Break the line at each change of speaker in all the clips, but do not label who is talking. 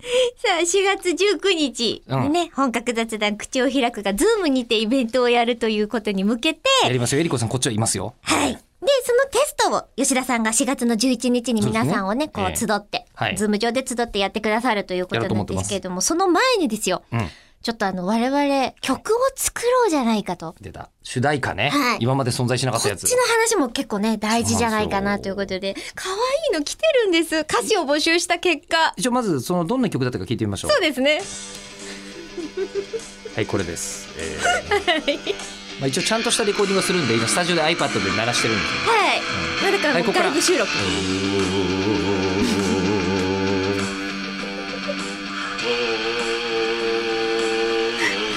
さあ、4月19日、
うん
ね、本格雑談口を開くが、ズームにてイベントをやるということに向けて、
やりますよ。えりこさん、こっちはいますよ。
はい。で、そのテストを吉田さんが4月の11日に皆さんをね、
そう
こ
で
う
す
集
ね
って、
はい
ズーム上で集ってやってくださるということ
やろうと
なん
思って
で
ます
すけれども、その前にですよ、
うん。
ちょっとあの、我々曲を作ろうじゃないかと。
出た。主題歌ね。
はい
今まで存在しなか
こ
ったや
っ
つ。
ちの話も結構ね、大事じゃないかなとい
そうう
こ
なん
とで、可愛いの来てるんです。歌詞を募集した結果。
一応まず、その、どんな曲だったか聞いてみましょう。
そうですね。
はい、これです。えーまあ一応ちゃんとしたレコーディングをするんで、今スタジオで iPad で鳴らしてるんですよ。
はい。まあだから
はい
もう
ここか
ガ
ら
イブ収録。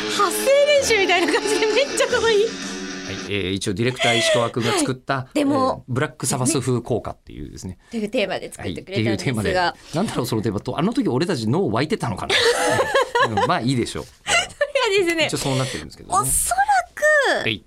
発声練習みたいな感じでめっちゃ可愛い。
はい、えー一応ディレクター石川君が作った、
でも
えーブラックサバス風効果っていうですね。
というテーマで作
はい、
っ
ってて
くれた
い
ん
うテ
で
ーマ
す
で
が、。
なんだろう、そのテーマと、あの時俺たち脳湧いてたの かな。うんまあいいでしょう。
いやですね
一応。そうなってるんですけど
お
ね。
そらく
は
聞い
い、
て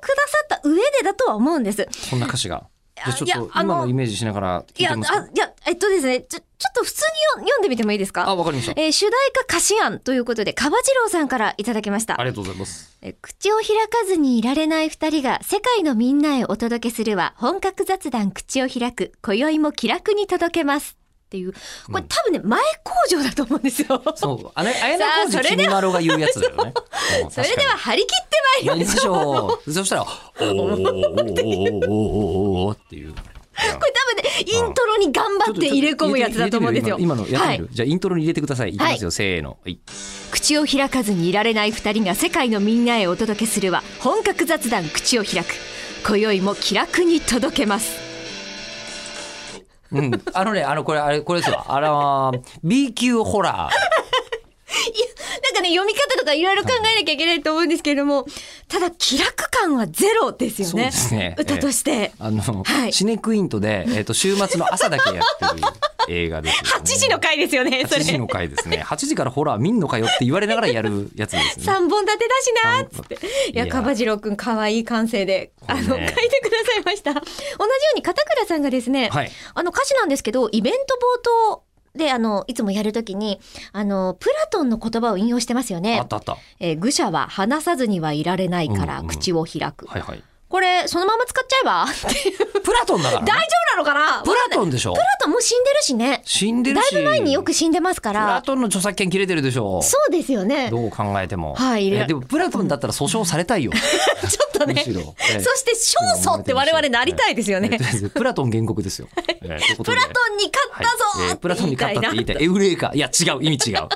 くださった上でだとは思うんです。
そんな歌詞が。じゃあち
いや
ょっと
あの
今のイメージしながら
い
聞い
や、あ、
て
い
みますか。
や、えっとですね、ちょ、ちょっと普通によ読んでみてもいいです
あ、
か
わかりました。
えー主題歌歌詞案ということで、かばじろうさんからいただきました
あ。りがとうございます。
えー口を開かずにいられない二人が世界のみんなへお届けするは本格雑談口を開く今宵も気楽に届けますっていうこれ、
うん
多分ね前工場だと思うんですよ
そう、あれ、あや
さあ
なこう
それでは
君まろが言うやつだよね。うん
それでは、張り切って
確かにやりましょう。そしたら、おーおーおーおーおーおーおーっていう。
これ多分ねイントロに頑張って入れ込むやつだと思うんですよ
今のやって
は
み
い
る。じゃあイントロに入れてください。いきますよ。せーの。はい
口を開かずにいられない二人が世界のみんなへお届けするは本格雑談口を開く今宵も気楽に届けます
うん。あのね、あのこれあれこれですよ。あのー B 級ホラー。
なんかね読み方とかいろいろ考えなきゃいけないと思うんですけれどもただ気楽感はゼロですよ
そう
ね
ですね。
歌として、
えーあの
はい
シネクイントでえっと週末の朝だけやってる映画ですよね。
8時の回ですよね、そ
8
れ。
時
3
の回ですね。8時からホラー見んのかよって言われながらやるやつですね。
本立てだしなーっつって。い
い
や、かばじろうくん、かわいい感性で、あの、書
そ
いう
ね
てくださいました。同じように、片倉さんがですね、
はい。
あの、歌詞なんですけど、イベント冒頭、で、あの、いつもやるときに、あの、プラトンの言葉を引用してますよ
あ
ね
っ。たあった。
えー愚者は話さずにはいられないか
う
ら
んうん
口を開く。
はいはい。
これ、そのまま使っちゃえばっていう
プラトンだから、ね。
大丈夫なのかな
プラト
ン
ンでしょ
プ。ラトンもう死んでるしね。
死んでる
だい
し。
ぶ前によく死んでますか
プラ
ら。
トンの著作権切れてるでしょ。
そうですよね。
どう考えても。
はいいろいろ
えでもプラトンだったら訴訟された いよ。
ちょっとね。
むしろええ
そして勝訴って我々なりたいです よね。
えとりあえずプラトン原告ですよ。えーということ
プ
で
ラトンに勝ったぞー
はいえープラトンに勝ったって言いたい。エウレカ。いや違う意味違う。